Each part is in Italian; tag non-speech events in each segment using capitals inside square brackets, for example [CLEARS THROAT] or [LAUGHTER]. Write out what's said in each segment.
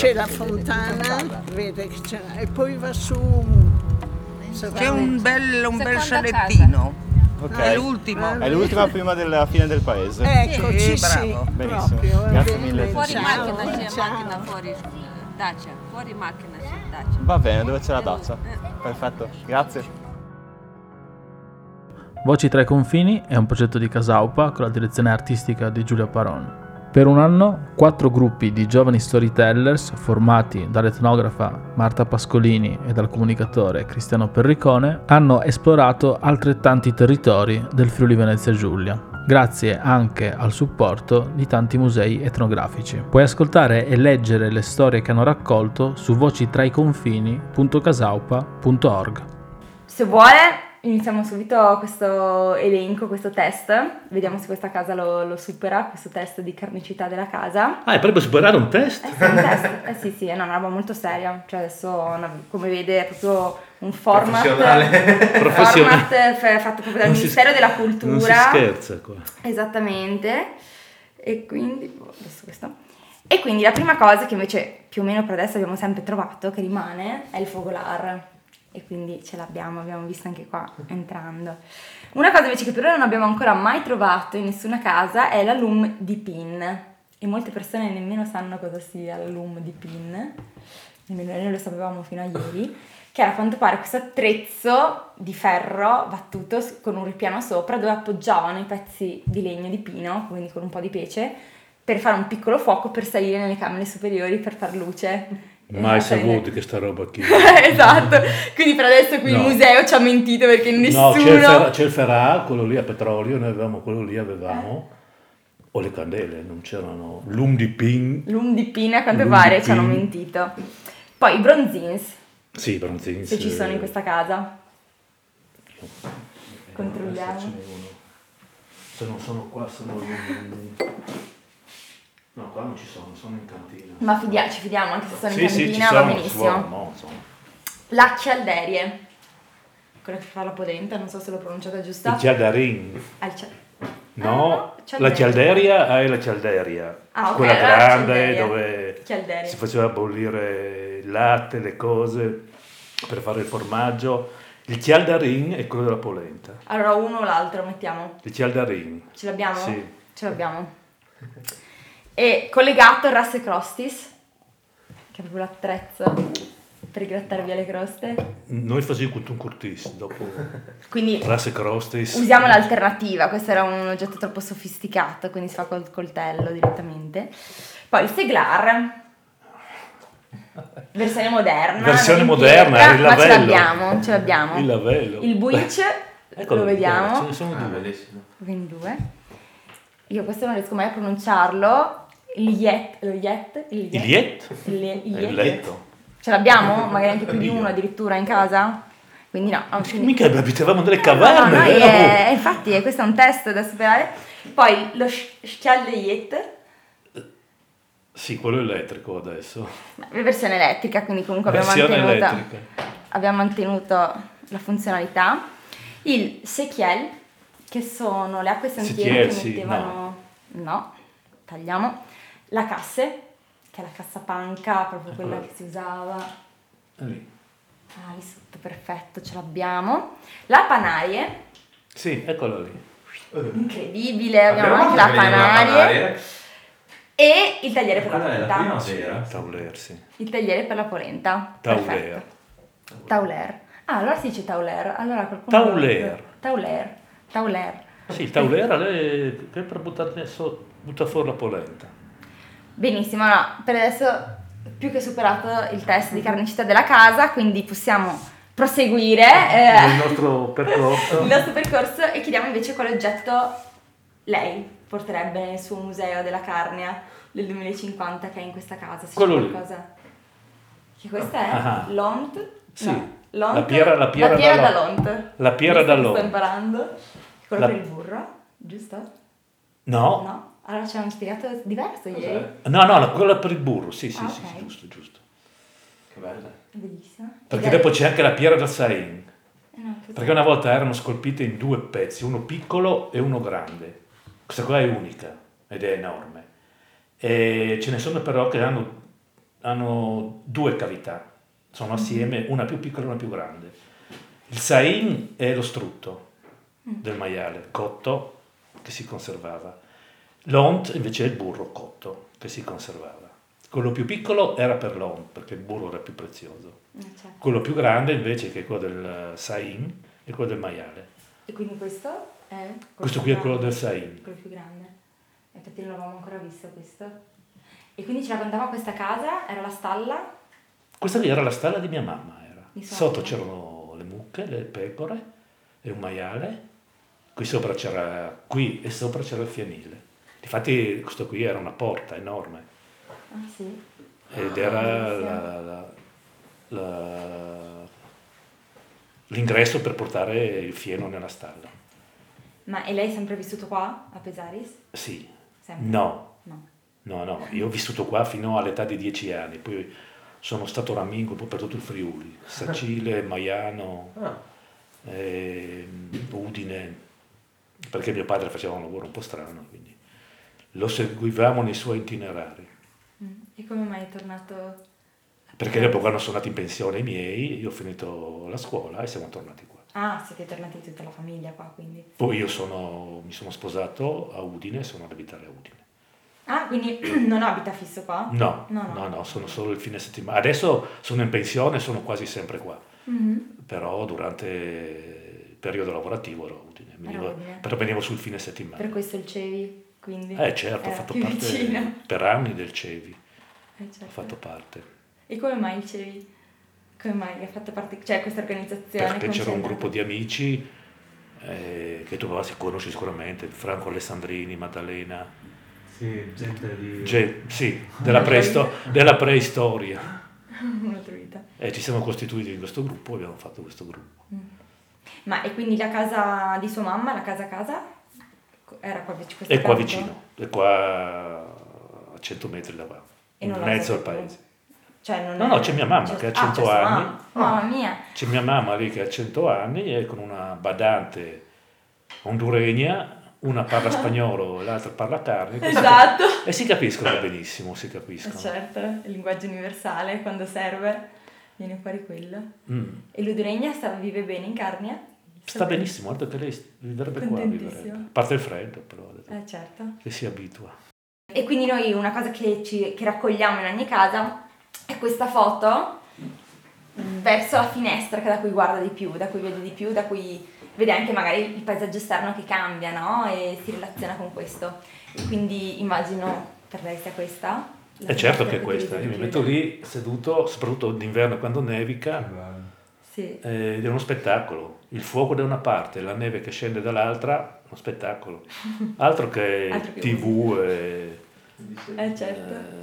c'è la fontana, vede che c'è, e poi va su. C'è un bel, un bel Seconda salettino. Ok. È l'ultimo. È l'ultima prima della fine del paese. Eccoci, Sì, Ecco, sì, bravo. Eh, Benissimo. Eh, proprio. eh. Grazie mille. Cioè, Fuori Ciao, macchina c'è, ciao. macchina fuori eh, Dacia, fuori macchina c'è Dacia. Va bene, dove c'è la tazza? Perfetto, grazie. Voci tra i confini è un progetto di Casaupa con la direzione artistica di Giulia Paroni. Per un anno, quattro gruppi di giovani storytellers formati dall'etnografa Marta Pascolini e dal comunicatore Cristiano Perricone hanno esplorato altrettanti territori del Friuli Venezia Giulia, grazie anche al supporto di tanti musei etnografici. Puoi ascoltare e leggere le storie che hanno raccolto su vocitraiconfini.casaupa.org. Se vuole, iniziamo subito questo elenco, questo test. Vediamo se questa casa lo, lo supera, questo test di carnicità della casa. Ah, è proprio superare un test? Eh sì, un test. Eh sì, sì, è una roba molto seria. Cioè adesso, una- come vede, è proprio un format... Professionale. Professionale. Format fa- fatto proprio dal Non si Ministero sch- della Non si Cultura. scherza qua. Esattamente. E quindi, boh, adesso questo. E quindi la prima cosa che invece più o meno per adesso abbiamo sempre trovato, che rimane, è il fogolar. E quindi ce l'abbiamo, abbiamo visto anche qua entrando. Una cosa invece che per ora non abbiamo ancora mai trovato in nessuna casa è la lum di pin. E molte persone nemmeno sanno cosa sia la lum di pin, nemmeno noi lo sapevamo fino a ieri, che era a quanto pare questo attrezzo di ferro battuto s- con un ripiano sopra dove appoggiavano i pezzi di legno di pino, quindi con un po' di pece, per fare un piccolo fuoco per salire nelle camere superiori per far luce. Mai Eh, saputo che sta roba qui. [LAUGHS] esatto, quindi per adesso qui il No. museo ci ha mentito perché nessuno... No, c'è il, Ferrà, c'è il Ferrà, quello lì a petrolio, noi avevamo quello lì, avevamo... Eh. O le candele, non c'erano... L'um di pin... L'um di Pina, a quanto L'um pare, di ci hanno Pina. mentito. Poi i bronzins, Sì, bronzini. se ci sono in questa casa. Ce Controlliamo. n'è uno. Se non sono qua, sono... No, qua non ci sono, sono in cantina. Ma fidia- ci fidiamo, anche se sono sì, in sì, ci cantina, va sono, ci benissimo. sono, no, insomma. La cialderie. Quella che fa la polenta, non so se l'ho pronunciata giusta. Il Ciadarin. Al cia- No, Ah, la cialderia è la cialderia. Ah, ok, Quella allora grande cialderia. dove Cialderia. si faceva bollire il latte, le cose per fare il formaggio. Il cialdarin è quello della polenta. Allora uno o l'altro mettiamo. Il cialdarin. Ce l'abbiamo? Sì. Ce l'abbiamo. E collegato il rasse crostis, che è proprio l'attrezzo per grattare via le croste. Noi facciamo cutun [LAUGHS] curtis, dopo Quindi rasse crostis. Usiamo l'alternativa, questo era un oggetto troppo sofisticato, quindi si fa col coltello direttamente. Poi il seglar, versione moderna. Versione non in moderna, pietra, il ma ce lavello. l'abbiamo, ce l'abbiamo. Il lavello. Il buic, lo Eccolo, guarda, Ce ne vediamo, sono Ah, due. bellissimo. quindi due. Io questo non riesco mai a pronunciarlo. Il yet, lo yet, il Il yet, yet il ye- il e yet. il letto. Ce l'abbiamo? Magari anche più di Io. uno addirittura in casa? Quindi no, [LAUGHS] quindi- Mica abitavamo nelle No, caverne, Ah, no, vero? è- infatti eh, questo è un test da superare. Poi lo schialleiet, Sì, quello elettrico adesso. versione elettrica, quindi comunque abbiamo Versione mantenuto, elettrica. abbiamo mantenuto la funzionalità. Il sechiel, che sono le acque Sechiel, sentiere che sì, mettevano... No. tagliamo. La casse, che è la cassapanca, proprio Ah. quella che si usava. È lì. Ah, lì sotto, perfetto, ce l'abbiamo. La panarie, Sì, eccolo lì. incredibile, abbiamo, anche la prima panarie. panaria. E il tagliere per la Quella è la prima polenta. o sera? Tauler, sì. Il tagliere per la polenta. Tauler. Perfetto. Tauler. Ah, allora si dice tauler. Allora qualcuno Tauler. Tauler. Tauler. Sì, il taulera lei, che per buttare so, butta fuori la polenta. Benissimo, allora per adesso più che superato il test di carnicità della casa, quindi possiamo proseguire eh, Nel nostro percorso. il nostro percorso e chiediamo invece quale oggetto lei porterebbe nel suo museo della carnia del 2050 che è in questa casa. Se Quello c'è lì. qualcosa. Che questa è? Ah. L'ont? Sì. No, l'ont? La piera- la piera da da Lont. l'ont. La piera Questo da che Lont. Sto imparando. Quello La- per il burro, giusto? No? No? Allora ci hanno spiegato diverso ieri. No, no, la- quella per il burro, sì, sì, Ah, sì, ok. sì, giusto, giusto. Che bella. Bellissimo. Perché Ed è- dopo c'è anche la piera da Sain. Eh no, questo- Perché una volta erano scolpite in due pezzi, uno piccolo e uno grande. Questa qua è unica ed è enorme. E ce ne sono però che hanno hanno due cavità, sono assieme, una più piccola e una più grande. Il sain è lo strutto del maiale cotto che si conservava. L'ont invece è il burro cotto che si conservava. Quello più piccolo era per l'ont perché il burro era più prezioso. certo. Quello più grande invece che è quello del eh, sain è quello del maiale. E quindi questo è... quello più Questo qui grande. è quello del sain. Quello più grande. Infatti non l'avevamo ancora visto questo. E quindi ci raccontava questa casa, era la stalla. Questa qui era la stalla di mia mamma. Era. Di solito. Sotto c'erano le mucche, le pecore e un maiale. Qui sopra c'era, qui e sopra c'era il fienile. Infatti questo qui era una porta enorme Ah sì. Ah, ed era la- la- la- l'ingresso per portare il fieno nella stalla. Ma e lei è sempre vissuto qua, a Pesaris? Sì, Sempre? no, No. no, no, io ho vissuto qua fino all'età di dieci anni, poi sono stato ramingo un po' per tutto il [LAUGHS] Friuli, Sacile, Maiano, Ah. ehm, Udine, perché mio padre faceva un lavoro un po' strano, quindi lo seguivamo nei suoi itinerari. Mm. E come mai è tornato? Perché dopo quando sono andato in pensione i miei, io ho finito la scuola e siamo tornati qua. Ah, siete tornati tutta la famiglia qua, quindi. Poi io sono- mi sono sposato a Udine e sono ad abitare a Udine. Ah, quindi [CLEARS THROAT] non abita fisso qua? No, No, no, no. Ah, no, sono solo il fine settimana. Adesso sono in pensione, sono quasi sempre qua, Mhm. però durante il periodo lavorativo ero a Udine, venivo- Era Udine. però venivo sul fine settimana. Per questo il Cevi, quindi. Eh certo, ho era fatto più parte vicino. per anni del CEVI, Eh, certo. ho fatto parte, E come mai il Cevi? Come mai ha fatto parte, cioè questa organizzazione? perché c'era un concentra- gruppo di amici eh, che tu Bavasi conosci sicuramente, Franco Alessandrini, Maddalena, Sì, gente di... ge- sì, della, preisto- della preistoria. [LAUGHS] Una truita. E ci siamo costituiti in questo gruppo e abbiamo fatto questo gruppo. Ma e quindi la casa di sua mamma, la casa a casa? co- Era qua, vic- questo È qua campo? vicino, è qua a 100 metri da qua, E in non la casa mezzo al tua? paese. Cioè, non No, è- no, c'è mia mamma cioè- che ha ah, 100 c'è sua anni. Ah. mamma. Mamma mia! C'è mia mamma lì che ha 100 anni e con una badante honduregna, una [LAUGHS] parla spagnolo e l'altra parla carne. Esatto! E si capiscono benissimo, si Eh, capiscono. Certo, il linguaggio universale, quando serve, viene fuori quello. Mm. E l'Uduregna sta- vive bene in Carnia? Sta Certo. benissimo, guarda che lei vivrebbe qua, Contentissima. vivrebbe. A parte il freddo, però, ha detto, Eh certo. che si abitua. E quindi noi una cosa che, ci- che raccogliamo in ogni casa è questa foto verso la finestra che da cui guarda di più, da cui vede di più, da cui vede anche magari il paesaggio esterno che cambia, no? E si relaziona con questo. E quindi immagino per lei sia questa. la E certo finestra che è questa, vede io di mi più. metto lì seduto, soprattutto d'inverno quando nevica, Sì. Eh, Ed è uno spettacolo. Il fuoco da una parte, la neve che scende dall'altra, uno spettacolo. [LAUGHS] Altro che, Altro che TV e... Eh certo. E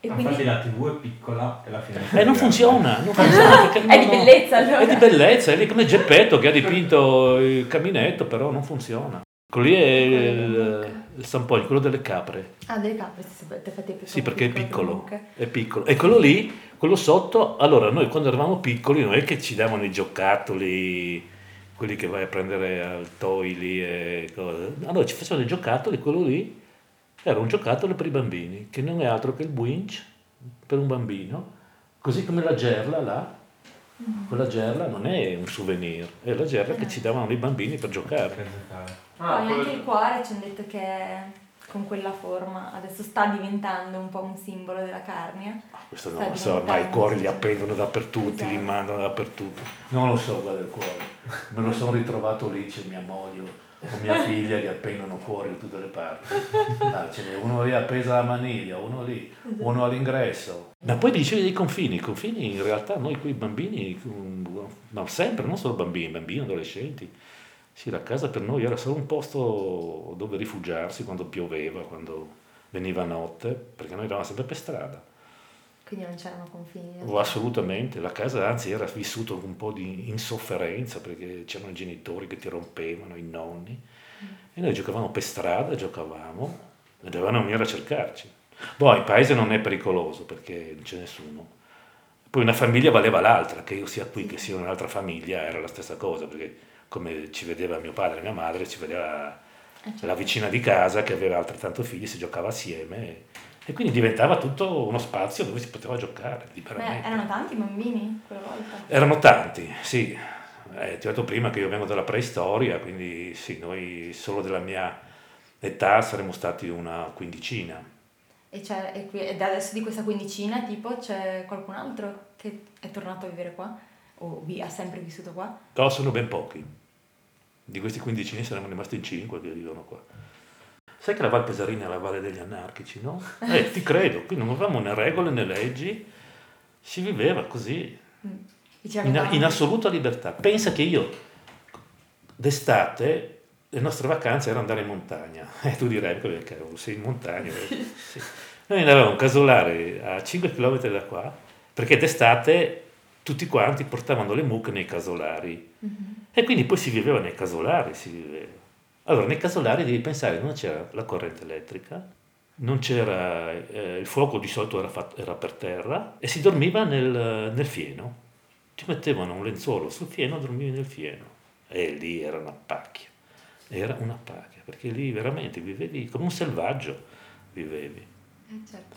Eh, Infatti quindi la TV è piccola e la finestra Eh, non funziona, [LAUGHS] non funziona. perché è di non- bellezza allora. È di bellezza, è lì come Geppetto che ha dipinto il caminetto, però non funziona. Quello lì è il, il Sampogno, quello delle capre. Ah, delle capre, sì, sapete, fate piccolo. Sì, perché è piccolo, comunque. è piccolo. E quello lì, quello sotto, allora noi quando eravamo piccoli non è che ci davano i giocattoli, quelli che vai a prendere al toy lì e cose. Allora ci facevano i giocattoli, quello lì era un giocattolo per i bambini, che non è altro che il winch per un bambino, così come la gerla là. Quella gerla non è un souvenir, è la gerla che ci davano i bambini per giocare. per giocare. Poi anche il cuore ci hanno detto che con quella forma adesso sta diventando un po' un simbolo della carnia. Ah, Questo Sta non lo so, ormai i diventando- cuori li appendono dappertutto, li mandano dappertutto. Non lo so qual è il cuore. Me lo sono ritrovato lì, c'è mia moglie o mia figlia che appendono cuori da tutte le parti. Ah, ce n'è uno lì appeso alla maniglia, uno lì, uno all'ingresso. Ma poi dicevi dei confini, i confini in realtà noi qui bambini, mm, ma sempre, non solo bambini, bambini, adolescenti. Sì, la casa per noi era solo un posto dove rifugiarsi quando pioveva, quando veniva notte, perché noi eravamo sempre per strada. [LAUGHS] Quindi non c'erano confini. eh. Oh, assolutamente, la casa anzi era vissuta con un po' di insofferenza perché c'erano i genitori che ti rompevano, i nonni e noi giocavamo per strada, giocavamo e dovevano venire a cercarci. Poi il paese non è pericoloso perché non c'è nessuno. Poi una famiglia valeva l'altra, che io sia qui che sia un'altra famiglia era la stessa cosa perché come ci vedeva mio padre e mia madre, ci vedeva la vicina di casa che aveva altrettanto figli, si giocava assieme E quindi diventava tutto uno spazio dove si poteva giocare Beh, liberamente. erano tanti i bambini quella volta. Erano tanti, sì. Eh, ti ho detto prima che io vengo dalla preistoria, quindi sì, noi solo della mia età saremmo stati una quindicina. E, c'è, e, qui, ed adesso di questa quindicina, tipo, c'è qualcun altro che è tornato a vivere qua? O vi- ha sempre vissuto qua? No, sono ben pochi. Di questi quindicini saremmo rimasti in cinque che vivono qua. Sai che la Val Pesarina è la valle degli anarchici, no? Eh, ti credo, qui non avevamo né regole né leggi, si viveva così, Diceva che in, parlavano- in assoluta libertà. Pensa che io d'estate le nostre vacanze erano andare in montagna. [LAUGHS] E tu "Ecco, direi, "Come cavolo, sei in montagna. Sì. Noi andavamo a un casolare a 5 km da qua, perché d'estate tutti quanti portavano le mucche nei casolari. E quindi poi si viveva nei casolari, si viveva. Allora, nei casolari devi pensare, non c'era la corrente elettrica, non c'era eh, il fuoco, di solito era, fatto- era per terra, e si dormiva nel, nel fieno. Ti mettevano un lenzuolo sul fieno, dormivi nel fieno. E lì era una pacchia, era una pacchia, perché lì veramente vivevi come un selvaggio, vivevi. Eh, certo.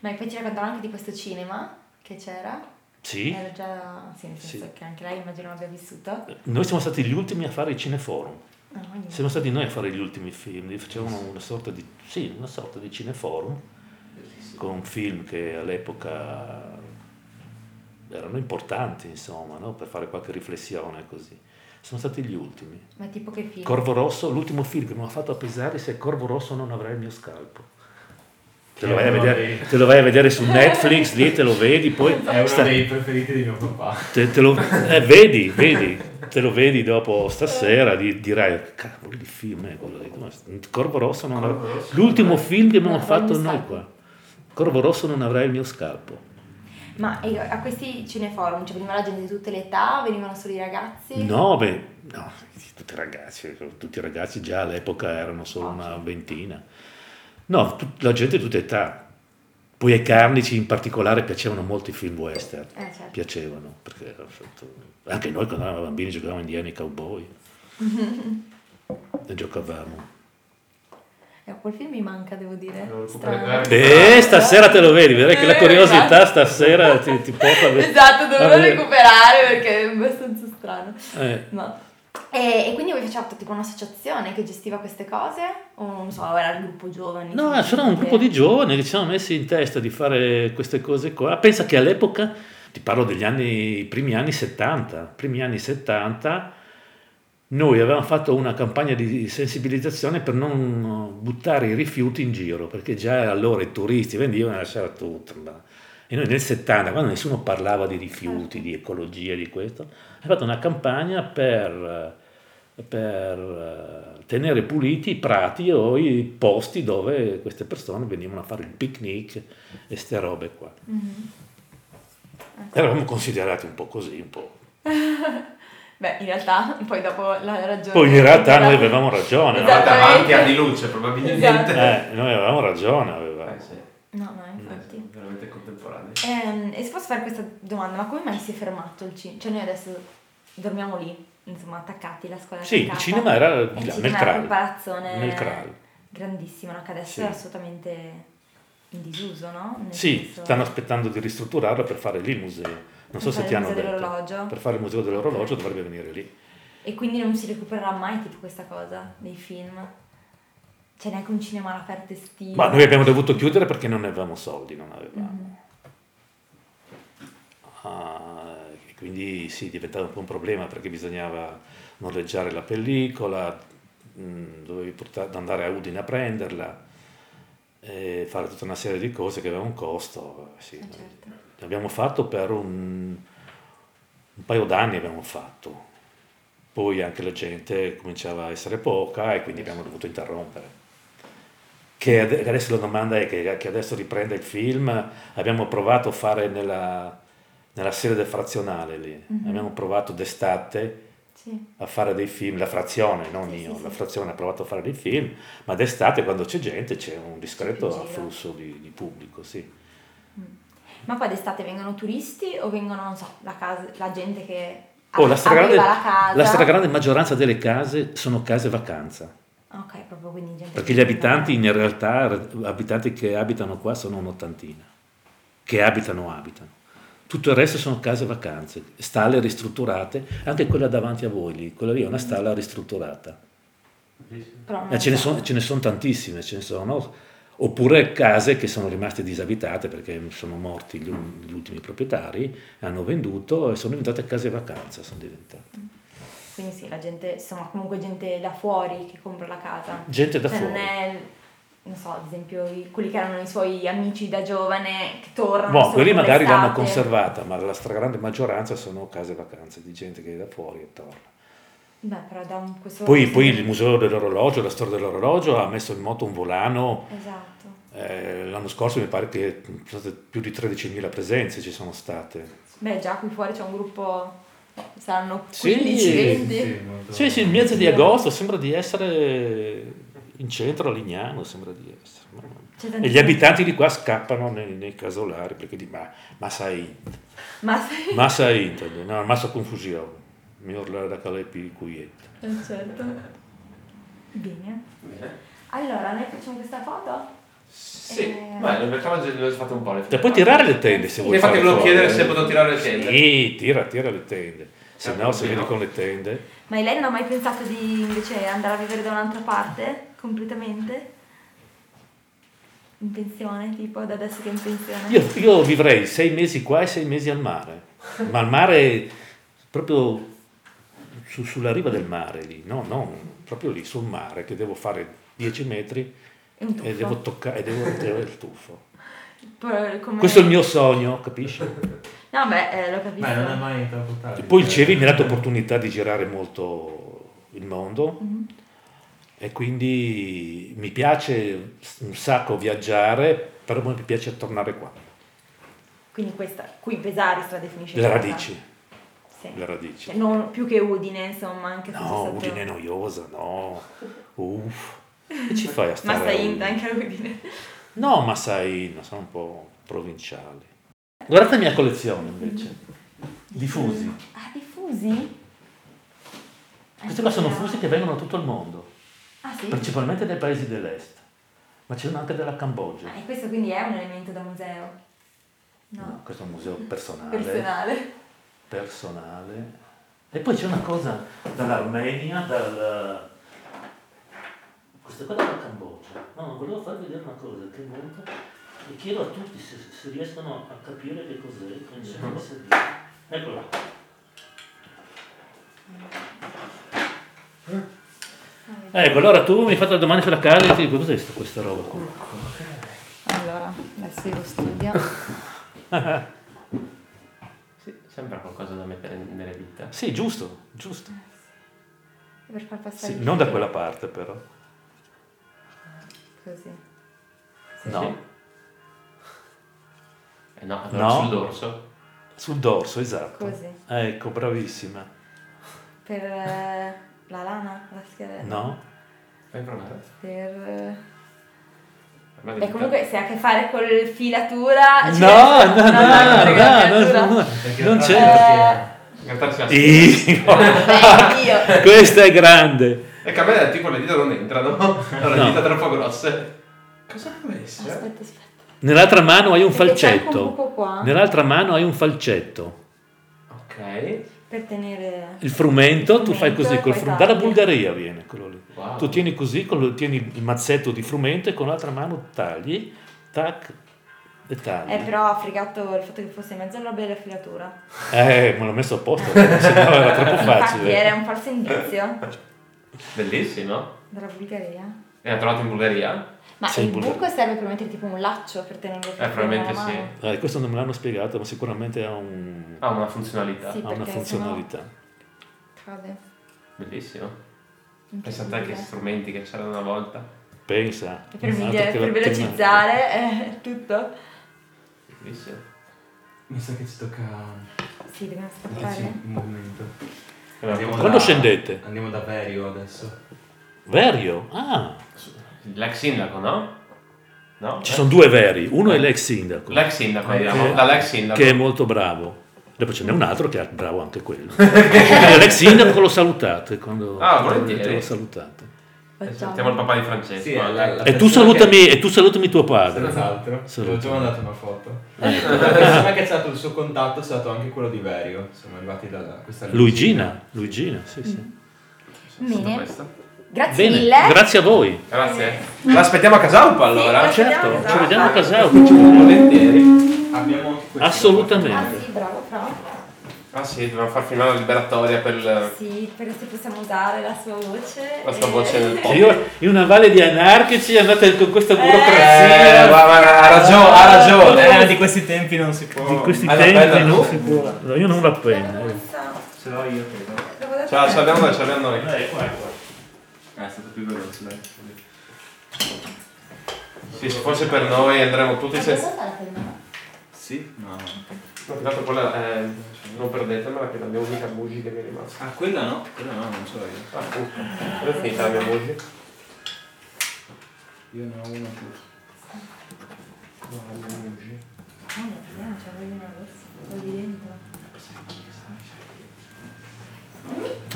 Ma e poi ci raccontavano anche di questo cinema che c'era. Sì, Era già... Sì, nel senso Sì. che anche lei immagino abbia vissuto. Ah, noi siamo stati gli ultimi a fare il cineforum. No, ogni- Siamo stati noi a fare gli ultimi film, li facevano una sorta di, sì, una sorta di cineforum con film che all'epoca erano importanti, insomma, no? per fare qualche riflessione così. Sono stati gli ultimi. Ma tipo che film? Corvo Rosso, l'ultimo film che mi ha fatto a pesare se Corvo Rosso non avrà il mio scalpo. Te lo, vai a Eh, vedere, vabbè. te lo vai a vedere su Netflix, lì te lo vedi, poi È uno sta- dei preferiti di mio papà. te, te lo, eh, vedi, vedi, te lo vedi dopo stasera, di- dirai, cavolo di film è quello lì, come si- Corvo Rosso non avrà... Corvo Rosso. L'ultimo film che abbiamo Non avrà il fatto mio noi scalpo. qua, Corvo Rosso non avrà il mio scalpo. Ma e a questi cineforum, cioè veniva la gente di tutte le età, venivano solo i ragazzi? No, beh, no, tutti i ragazzi, tutti i ragazzi già all'epoca erano solo una ventina. No, tut- la gente di tutta età. Poi ai carnici in particolare piacevano molto i film western. Eh, certo. Piacevano, perché era fatto- anche noi quando eravamo bambini giocavamo indiani e cowboy. [LAUGHS] e giocavamo. Eh, quel film mi manca, devo dire. Lo recupererò. Strano. Beh, Eh, stasera te lo vedi, vedrai che la Eh, curiosità esatto. stasera ti, ti porta a [LAUGHS] vedere. Esatto, a dovevo vedere. recuperare perché è abbastanza strano. Eh. Ma- E, e quindi voi facevate tipo un'associazione che gestiva queste cose? O non so, era il gruppo giovani? cioè, No, c'era un gruppo di giovani che ci siamo messi in testa di fare queste cose qua. Pensa che all'epoca, ti parlo degli anni, i primi anni 70, primi anni 70, noi avevamo fatto una campagna di sensibilizzazione per non eh, buttare i rifiuti in giro, perché già allora i turisti venivano e lasciavano tutto. ma- E noi nel 70, quando nessuno parlava di rifiuti, di ecologia, di questo, abbiamo fatto una campagna per, eh, per eh, tenere puliti i prati o i posti dove queste persone venivano a fare il picnic e queste robe qua. Eravamo considerati un po' così, un po'. Beh, in realtà [LAUGHS] poi dopo la ragione... Poi in realtà noi avevamo ragione, no? Esatto. davanti anni luce, probabilmente. Eh, noi avevamo ragione, avevamo. Eh, sì. No, no, Eh, infatti. veramente contemporanei. Ehm, e se posso fare questa domanda, ma come mai si è fermato il cinema? Cioè noi adesso dormiamo lì, insomma, attaccati, la scuola è Sì, il attaccata. cinema era E di il là, cinema nel era Kral. un palazzone Nel Kral. grandissimo, no? che adesso Sì. è assolutamente in disuso, no? Nel Sì, senso- stanno aspettando di ristrutturarlo per fare lì il museo. Non so Per se fare ti il hanno museo detto. dell'orologio? Per fare il museo dell'orologio dovrebbe venire lì. E quindi non si recupererà mai tipo questa cosa dei film. C'è neanche un cinema all'aperto estivo. Ma noi abbiamo dovuto chiudere perché non avevamo soldi, non avevamo. Mm. Ah, e quindi sì, diventava un po' un problema perché bisognava noleggiare la pellicola, mh, dovevi porta- andare a Udine a prenderla, e fare tutta una serie di cose che avevano un costo. Sì, Eh, certo. Abbiamo fatto per un, un paio d'anni abbiamo fatto. Poi anche la gente cominciava a essere poca e quindi abbiamo dovuto interrompere. Che ad- adesso la domanda è che, che adesso riprende il film. Abbiamo provato a fare nella, nella sede del frazionale lì. Mhm. Abbiamo provato d'estate Sì. a fare dei film, la frazione, non io, sì, la sì. frazione ha provato a fare dei film, ma d'estate quando c'è gente c'è un discreto C'è più giro. afflusso di, di pubblico, sì. Ma poi d'estate vengono turisti o vengono, non so, la, casa- la gente che Oh, la, aveva stragrande, Ah, la casa? la stragrande maggioranza delle case sono case vacanza. Ah, Ok, proprio proprio quindi gente Perché gli abitanti in realtà, r- abitanti che abitano qua sono un'ottantina, che abitano, abitano. Tutto il resto sono case vacanze, stalle ristrutturate, anche quella davanti a voi lì, quella lì è una stalla ristrutturata. Però non Ma Eh, ce ne so. sono tantissime, ce ne sono. Oppure case che sono rimaste disabitate perché sono morti gli, un- gli ultimi proprietari, hanno venduto e sono diventate case vacanza, sono diventate. Quindi sì, la gente, insomma, comunque gente da fuori che compra la casa. Gente da Cioè, fuori. Non è, non so, ad esempio, i- quelli che erano i suoi amici da giovane che tornano. Boh, solo quelli magari l'estate. l'hanno conservata, ma la stragrande maggioranza sono case vacanze di gente che è da fuori e torna. Beh, però da un- questo... Poi, poi il museo dell'orologio, la storia dell'orologio ha messo in moto un volano, Esatto. eh, l'anno scorso mi pare che sono state più di 13.000 presenze ci sono state. Beh, già qui fuori c'è un gruppo, saranno 15-20. Sì. Sì, sì, il mese di agosto sembra di essere in centro a Lignano, sembra di essere. Mamma mia. C'è E tantissimo- gli abitanti di qua scappano nei, nei casolari perché di ma, massa Int, Ma sì, massa Int, no, massa confusione, mi urla da calepi cuietta. eh, certo. Bene. Allora, noi facciamo questa foto? Sì, Eh. beh, nel mercato le ho fatte un po'. le E foto. Cioè, puoi tirare le tende se vuoi. Infatti fare volevo fuori, chiedere eh. se potevo tirare le tende. Sì, tira, tira le tende. Se Eh, no, se sì, vieni no. con le tende. Ma lei non ha mai pensato di invece andare a vivere da un'altra parte? Completamente? In pensione, tipo da adesso che è in pensione? Io, io vivrei sei mesi qua e sei mesi al mare, ma al mare proprio su- sulla riva del mare lì, no, no, proprio lì sul mare che devo fare 10 metri È un tuffo. e devo toccare, e devo tirare il tuffo. Per- come- Questo è il mio sogno, capisci? No, beh, eh, lo capisco. Beh, non è mai troppo tardi. E poi il Cevi mi ha dato opportunità di girare molto il mondo Mm-hmm. e quindi mi piace un sacco viaggiare, però mi piace tornare qua, Quindi questa, qui Pesaris la definisce. le casa. radici, Sì. le radici. Cioè, non- più che Udine, insomma, anche se No, c'è stato... Udine è noiosa, no. Uff. Che ci fai a Ma stare? a stai in Udine? anche a [LAUGHS] Udine. No, ma sai, no, sono un po' provinciali. Guardate la mia collezione invece. Mm-hmm. Di fusi. Ah, di fusi? Questi qua sono fusi che vengono da tutto il mondo, Ah, sì? principalmente dai paesi dell'est, ma ce n'è anche della Cambogia. Ah, e questo quindi è un elemento da museo? No, No, questo è un museo personale. personale. personale. E poi c'è una cosa dall'Armenia, dal... Questa qua è dalla Cambogia. No, volevo farvi vedere una cosa che è molto... E chiedo a tutti se, se riescono a capire che cos'è. che non sanno se- Eccola. Ecco, allora tu mi hai fatto la domanda sulla casa e ti dico cos'è sta- questa roba qua? Allora, adesso io lo studio. Sì, sembra qualcosa da mettere nelle vita. Sì, giusto, giusto. Per far passare Sì, il non da filo, quella parte però. Così. No, Eh no, allora No. sul dorso. sul dorso, esatto. Così. Ecco, bravissima. Per eh, la lana, la scheda. No? Fai provare. Per... eh, Eh, Guarda le Beh, dita. comunque se ha a che fare con il filatura... cioè- No, no, no, Eh, filatura. Ah, no, no, no, Perché non la- c'è. In realtà si assume. Ih, [LAUGHS] Beh, io. Questa è grande. E Eh, che a me tipo le dita [LAUGHS] non entrano. Hanno le No. dita troppo grosse. Cosa ha messo? Aspetta, aspetta. Nell'altra mano hai un Perché c'è anche un falcetto. buco qua Nell'altra mano hai un falcetto. Ok. per tenere... Il frumento, tu fai Frumento, esatto. così col poi frumento. tagli. Dalla Bulgaria viene quello lì. Wow. Tu tieni così, con lo- tieni il mazzetto di frumento e con l'altra mano tagli, tac, e tagli. Eh, però ha fregato il fatto che fosse in mezzo alla bella filatura. Eh, me l'ho messo apposta, [LAUGHS] perché sennò era troppo Infatti era facile. un falso indizio Bellissimo. dalla Bulgaria. E l'ha trovato in Bulgaria? Ma Sei il Bulgaria. buco serve per mettere tipo un laccio per tenerlo più Eh, probabilmente nella mano. sì. Eh, questo non me l'hanno spiegato, ma sicuramente ha, un- Ha una funzionalità. Sì. ha una perché sennò- funzionalità. Cade. Bellissimo. Pensate a che strumenti che c'erano una volta. Pensa. Per un altro migliore- Esatto, che per va- velocizzare eh, tutto. Bellissimo. Mi sa che ci tocca Sì, Eh, dobbiamo darci scappare. un momento. Abbiamo Quando scendete? Andiamo da Verio adesso. Verio? Ah, L'ex sindaco, no? No? Eh? ci sono due veri. Uno è l'ex sindaco, L'ex sindaco, andiamo. che- Dall'ex sindaco. Eh, che è molto bravo. E poi ce n'è un altro che è bravo Eh, anche quello. Quindi l'ex sindaco lo salutate quando Ah, volentieri. lo salutate. Salutiamo il papà di Francesco. eh. Sì, è la- la E tu persona salutami, e tu salutami tuo che- padre. Senz'altro, Saluto. ho già mandato una foto. Eh. La persona che ha dato il suo contatto è stato anche quello di Verio. Siamo arrivati da questa Luigina, Luigina, sì, sì. Tutto Bene, questo. grazie Bene, mille. grazie a voi. Grazie. L'aspettiamo a Casaupa allora? Certo, ci vediamo a Ci Casaupa. vediamo volentieri. Abbiamo anche questo. Ah Assolutamente. sì, bravo, bravo. Ah sì, dobbiamo far finire la liberatoria per il- Sì, perché se possiamo usare la sua voce. la sua eh, voce del pop. E Io in una valle di anarchici andate con questa Eh, burocrazia. va- va- va- ha ragione, ha ragione. Eh, di questi tempi non si può. Di questi Hai la penna tempi non tu? si può. No, io non la penna. io. Ce l'ho io, credo. Ce la ce l'abbiamo noi, ce l'abbiamo noi. Eh, è stato più veloce, dai. Sì, se fosse per noi andremo tutti senza... Sì? No. ok. No, tra l'altro quella, eh, non perdetemela che è la mia unica bugi che mi è rimasta. Ah, quella no? Quella no, non ce l'ho io. Ah, appunto. Dove è finita la mia bugi? Io ne ho una più. No, la mia bugi.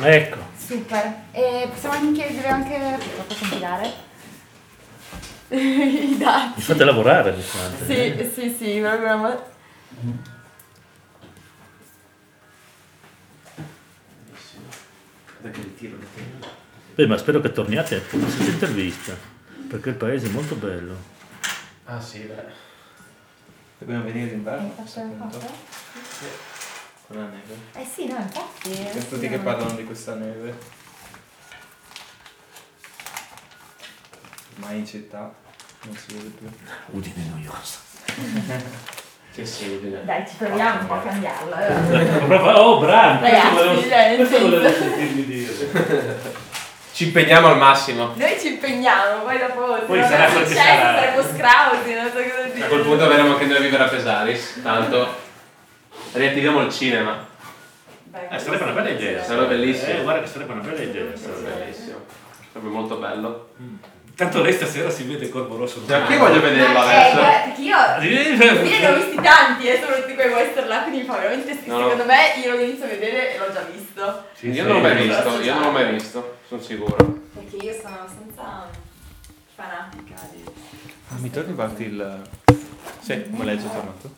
Ecco. Super. E possiamo anche, deve anche, purtroppo [LAUGHS] compilare i dati. Mi fate lavorare diciamo. Sì, nonostante. sì, sì, proprio una mo- Beh, ma spero che torniate a questa intervista. Perché il paese è molto bello. Ah sì, beh. Dobbiamo venire d'inverno. a questo Faccio le punto. foto? Con la neve. Eh sì, no, infatti. eh, Per tutti sì, che no. parlano di questa neve. Ormai in città non si vede più. Udine noiosa. Che sì, Udine. Dai, ci proviamo un po' a cambiarlo. eh. allora. Oh, bravo! Ragazzi, dai, questo senza- volevo sentirmi dire. Ci impegniamo al massimo. Noi ci impegniamo, poi dopo se Poi non sarà è quel che successo sarà. saremo scrausi, non so cosa A dire. quel punto avremo anche noi a vivere a Pesaris. Tanto riattiviamo il cinema. Beh, Eh, sarebbe una bella idea. Sarebbe bellissimo. Eh, guarda che sarebbe una bella idea. sarebbe. Bellissimo. Sarebbe molto bello. Tanto lei stasera si vede il corpo rosso. Già che voglio vederlo Eh, adesso. guarda, perché io io ne ho visti tanti, eh, sono tutti quei western là, quindi fa veramente sì, No, no. secondo me io lo inizio a vedere e l'ho già visto. Io non l'ho mai visto, io non l'ho mai visto, sono sicuro. Perché io sono abbastanza fanatica di... Mi torni parte il... Sì, come legge è tornato.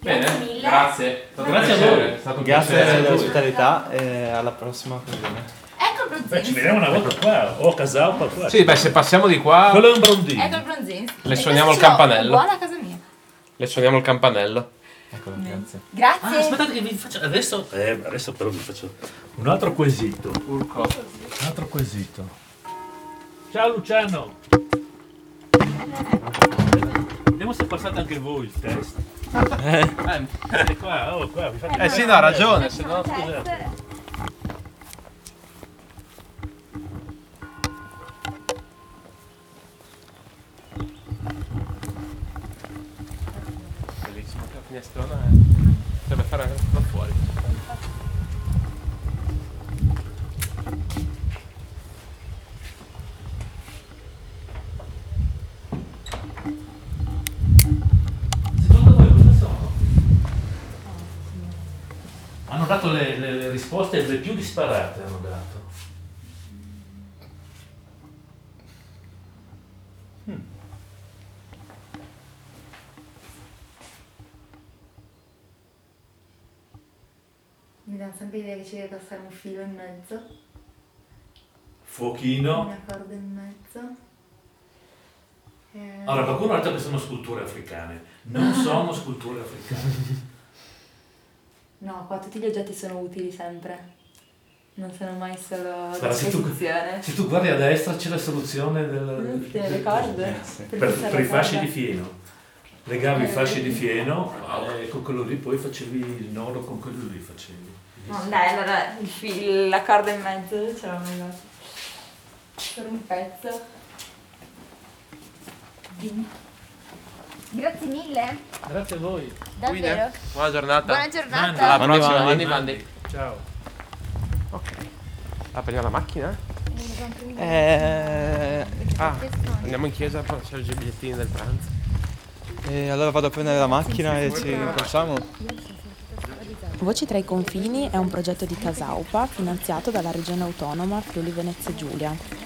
Bene, mille. grazie. Grazie a voi. È stato un Grazie piacere. dell'ospitalità e alla prossima occasione. Ecco il bronzino. ci vediamo una volta qua, o a Casaupa qua. Sì, beh, se passiamo di qua, Quello è un brondino. Ecco il bronzino. Le suoniamo il campanello. Buona casa mia. le suoniamo il campanello. Eccolo, grazie. Grazie. Ah, aspettate che vi faccio adesso. Eh, adesso però vi faccio un altro quesito. Un altro quesito. Ciao Luciano. Vediamo se passate anche voi il test. Eh, qua, oh, qua, vi fate Eh sì, no, ha ragione, Cioè, se no... Bellissimo, la finestrona è... Deve fare anche da fuori. Secondo voi cosa sono? Hanno dato le, le- le risposte le più disparate hanno dato. Hmm. Mi danno sempre l'idea che ci deve passare un filo in mezzo, Fuochino. corda in mezzo. Eh, Allora, qualcuno ha detto che sono sculture africane. Non sono sculture africane. No, qua tutti gli oggetti sono utili sempre. Non sono mai solo Guarda, se tu- disposizione. Se tu guardi a destra c'è la soluzione del... Te le corde? per, per i fasci di fieno. Legavi i fasci di fieno e con quello lì poi facevi il nodo con quello lì facevi. No, dai, Eh, allora il fi- la corda in mezzo ce l'ho messo. Per un pezzo. Grazie mille, Grazie a voi. davvero. Buona giornata. Buona giornata. Alla prossima, Anni Ciao. Ok. Ah, Apriamo la macchina? Eh, ah, Andiamo in chiesa a cercare i bigliettini del pranzo. eh, e allora vado a prendere la macchina e ci rincorsiamo. Voci tra i confini è un progetto di Casaupa finanziato dalla Regione Autonoma Friuli Venezia Giulia.